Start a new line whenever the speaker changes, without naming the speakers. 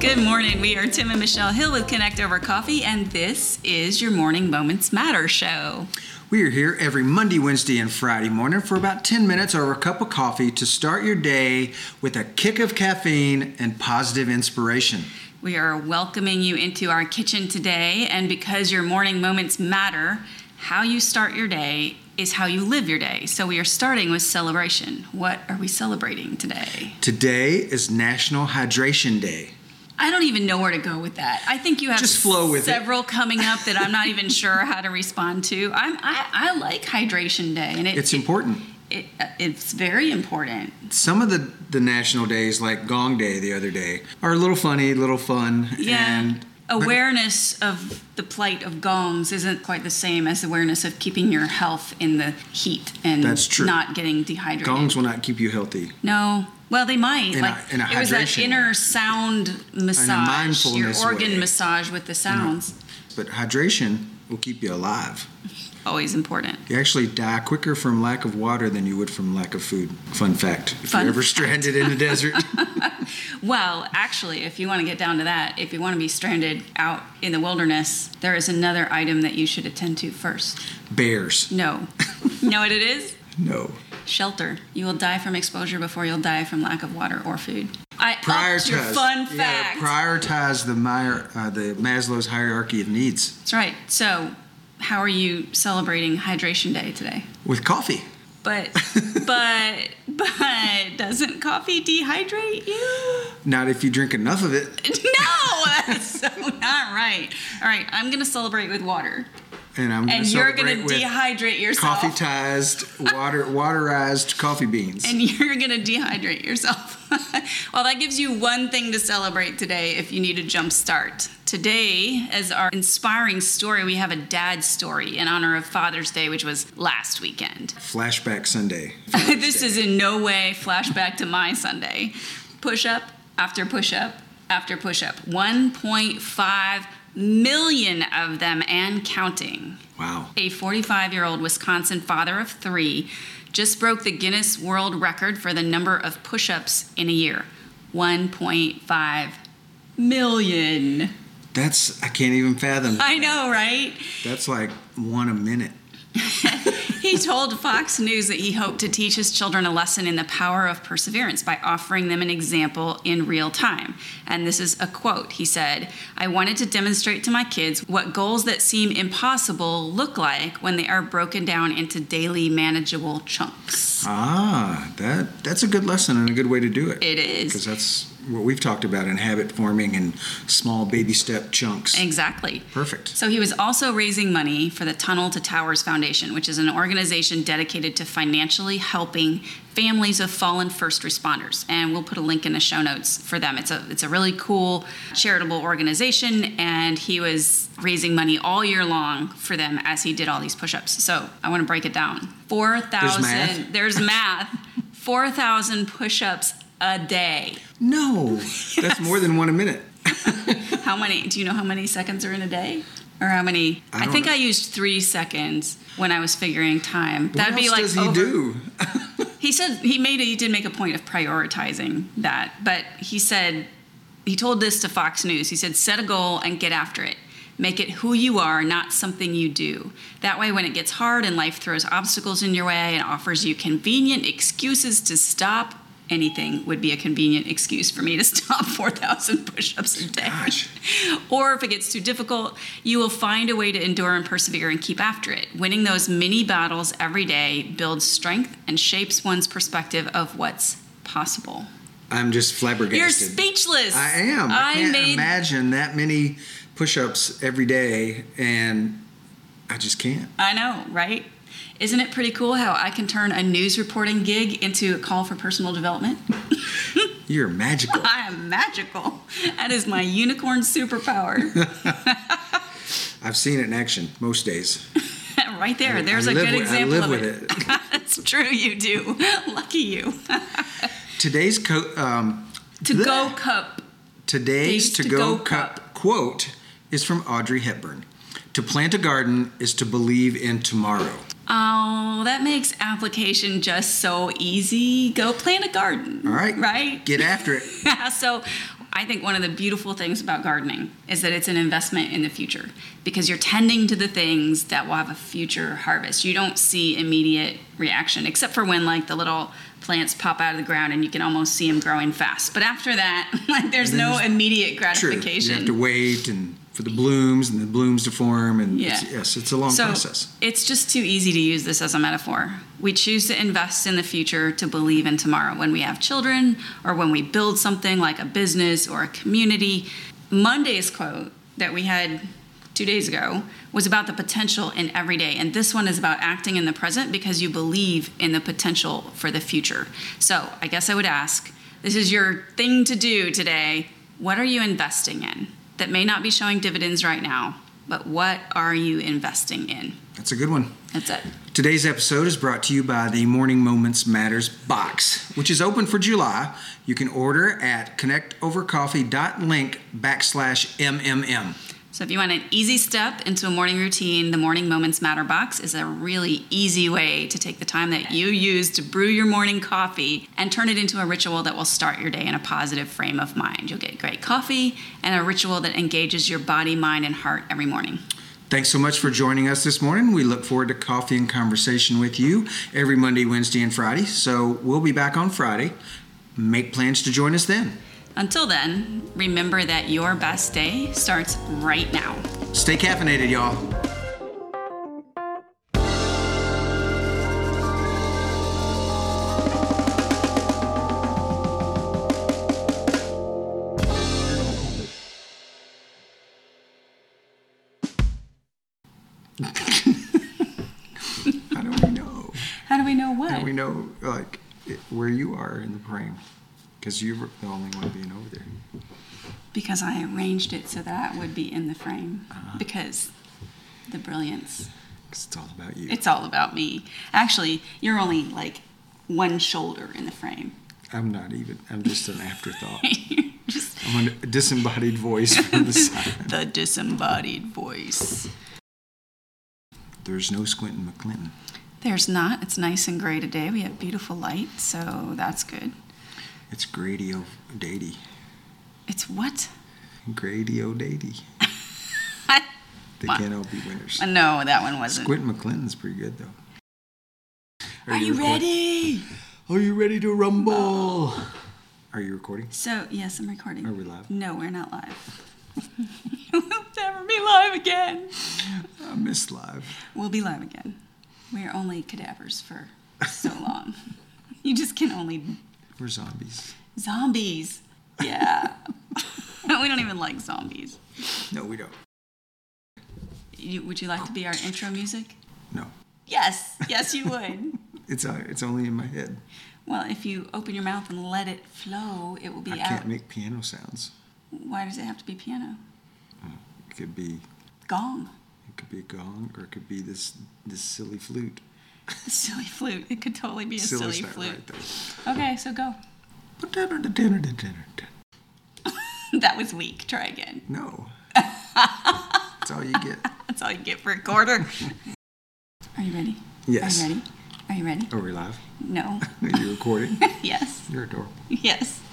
Good morning. We are Tim and Michelle Hill with Connect Over Coffee, and this is your Morning Moments Matter show.
We are here every Monday, Wednesday, and Friday morning for about 10 minutes over a cup of coffee to start your day with a kick of caffeine and positive inspiration.
We are welcoming you into our kitchen today, and because your morning moments matter, how you start your day is how you live your day. So we are starting with celebration. What are we celebrating today?
Today is National Hydration Day.
I don't even know where to go with that. I think you have
Just flow with it.
several coming up that I'm not even sure how to respond to. I'm, I, I like hydration day, and it,
It's important.
it, uh, it's very important.
Some of the, the national days, like Gong Day the other day, are a little funny, a little fun.
Yeah.
And
awareness of the plight of gongs isn't quite the same as awareness of keeping your health in the heat and
That's true.
not getting dehydrated.
gongs will not keep you healthy.
No. Well, they might.
In a-
like
in a
it was that
hydration
inner sound massage, your
mindfulness
organ
way.
massage with the sounds.
But hydration will keep you alive.
Always important.
You actually die quicker from lack of water than you would from lack of food. Fun fact. If
Fun
you're ever
fact.
stranded in the desert,
Well, actually, if you want to get down to that, if you want to be stranded out in the wilderness, there is another item that you should attend to first.
bears.
No. you know what it is?
No.
shelter. You will die from exposure before you'll die from lack of water or food. I upped
Prioritize.
Oh, your fun
Yeah,
fact.
prioritize the Meyer, uh, the Maslow's hierarchy of needs
That's right. So, how are you celebrating Hydration Day today?
with coffee.
But, but, but, doesn't coffee dehydrate you?
Not if you drink enough of it.
No, that's so not right. All right, I'm gonna celebrate with water,
And I'm going
and
to
you're
celebrate
gonna
with
dehydrate yourself,
coffee-tized, water, waterized coffee beans.
and you're gonna dehydrate yourself. well, that gives you one thing to celebrate today if you need a jump start. Today, as our inspiring story, we have a dad story in honor of Father's Day, which was last weekend.
Flashback Sunday.
this is in no way flashback to my Sunday. Push up after push up after push up. 1.5 million of them and counting.
Wow.
A 45 year old Wisconsin father of three just broke the Guinness World Record for the number of push ups in a year 1.5 million.
That's, I can't even fathom.
I know, right?
That's like one a minute.
He told Fox News that he hoped to teach his children a lesson in the power of perseverance by offering them an example in real time. And this is a quote. He said, I wanted to demonstrate to my kids what goals that seem impossible look like when they are broken down into daily manageable chunks.
Ah, that that's a good lesson and a good way to do it.
It
because
is.
that's what we've talked about in habit forming and small baby step chunks.
Exactly.
Perfect.
So he was also raising money for the Tunnel to Towers Foundation, which is an organization dedicated to financially helping families of fallen first responders. And we'll put a link in the show notes for them. It's a it's a really cool charitable organization and he was raising money all year long for them as he did all these push-ups. So I want to break it down. 4,000
math?
there's math. 4,000 push-ups a day.
No, that's more than one a minute.
How many? Do you know how many seconds are in a day? Or how many?
I
I,
don't
think
know.
I used three seconds when I was figuring time.
What
That'd be
else
like
does he
over-
do?
He said he made he did make a point of prioritizing that, but he said he told this to Fox News. He said set a goal and get after it. Make it who you are, not something you do. That way, when it gets hard and life throws obstacles in your way and offers you convenient excuses to stop, anything would be a convenient excuse for me to stop 4,000 push ups a day
Gosh.
or if it gets too difficult, you will find a way to endure and persevere and keep after it. Winning those mini battles every day builds strength and shapes one's perspective of what's possible.
I'm just flabbergasted.
You're speechless.
I am. I, can't
made
imagine that many push-ups every day, and I just can't.
I know, right? Isn't it pretty cool how I can turn a news reporting gig into a call for personal development?
You're magical.
I am magical. That is my unicorn superpower.
I've seen it in action most days.
right there.
I-
There's
I
a
live
good
with- I
example
live
of
with
it.
it.
That's true you do. Lucky you.
Today's co- um,
to
bleh.
go cup.
Today's to go cup quote is from Audrey Hepburn. To plant a garden is to believe in tomorrow.
Oh, that makes application just so easy. Go plant a garden.
All right.
Right?
Get after it.
so I think one of the beautiful things about gardening is that it's an investment in the future because you're tending to the things that will have a future harvest. You don't see immediate reaction except for when like the little plants pop out of the ground and you can almost see them growing fast. But after that, like there's
then
no
there's-
immediate
Sure,
gratification.
you have to wait and for the blooms and the blooms to form, and
Yeah.
it's, yes, it's a long process.
It's just too easy to use this as a metaphor. We choose to invest in the future to believe in tomorrow. When we have children or when we build something like a business or a community. Monday's quote that we had two days ago was about the potential in every day. And this one is about acting in the present because you believe in the potential for the future. So I guess I would ask this is your thing to do today. What are you investing in that may not be showing dividends right now, but what are you investing in?
That's a good one.
That's it.
Today's episode is brought to you by the Morning Moments Matters box, which is open for July. You can order at connectovercoffee.link backslash MMM.
So, if you want an easy step into a morning routine, the Morning Moments Matter box is a really easy way to take the time that you use to brew your morning coffee and turn it into a ritual that will start your day in a positive frame of mind. You'll get great coffee and a ritual that engages your body, mind, and heart every morning.
Thanks so much for joining us this morning. We look forward to coffee and conversation with you every Monday, Wednesday, and Friday. So we'll be back on Friday. Make plans to join us then.
Until then, remember that your best day starts right now.
Stay caffeinated, y'all. How do we know?
How do we know
How do we
what?
know, like, it- where you are in the frame? Because you're the only one being over there.
Because I arranged it so that would be in the frame.
Uh-huh.
Because the brilliance.
'Cause it's all about you.
It's all about me. Actually, you're only like one shoulder in the frame.
I'm not even. I'm just an afterthought.
Just
I'm a disembodied voice from the side.
the disembodied voice.
There's no Squinton McClinton.
There's not. It's nice and gray today. We have beautiful light, so that's good.
It's Gradio Datey.
It's what?
Gradio Datey. They
Wow.
can't all be winners.
no, that one wasn't.
Squinton McClinton's pretty good, though.
Are you
recording?
ready?
Are you ready to rumble? Are you recording?
So, yes, I'm recording.
Are we live?
No, we're not live. we'll never be live again.
I missed live.
We'll be live again. We're only cadavers for so long. you just can only
We're zombies.
Zombies. Yeah. we don't even like zombies.
No, we don't.
You, would you like to be our intro music?
No.
Yes. Yes, you would.
It's, uh, it's only in my head.
well, if you open your mouth and let it flow, it will be
I
out.
can't make piano sounds.
Why does it have to be piano?
It could be
Gong.
It could be a gong, or it could be this this silly flute.
Silly flute. It could totally be a silly,
Silly's not
flute.
right, though.
Okay, so go. that was weak. Try again.
No. That's all you get.
That's all you get for a quarter. Are you ready?
Yes.
Are you ready? Are you ready?
Are we live?
No.
Are you recording?
yes.
You're adorable.
Yes.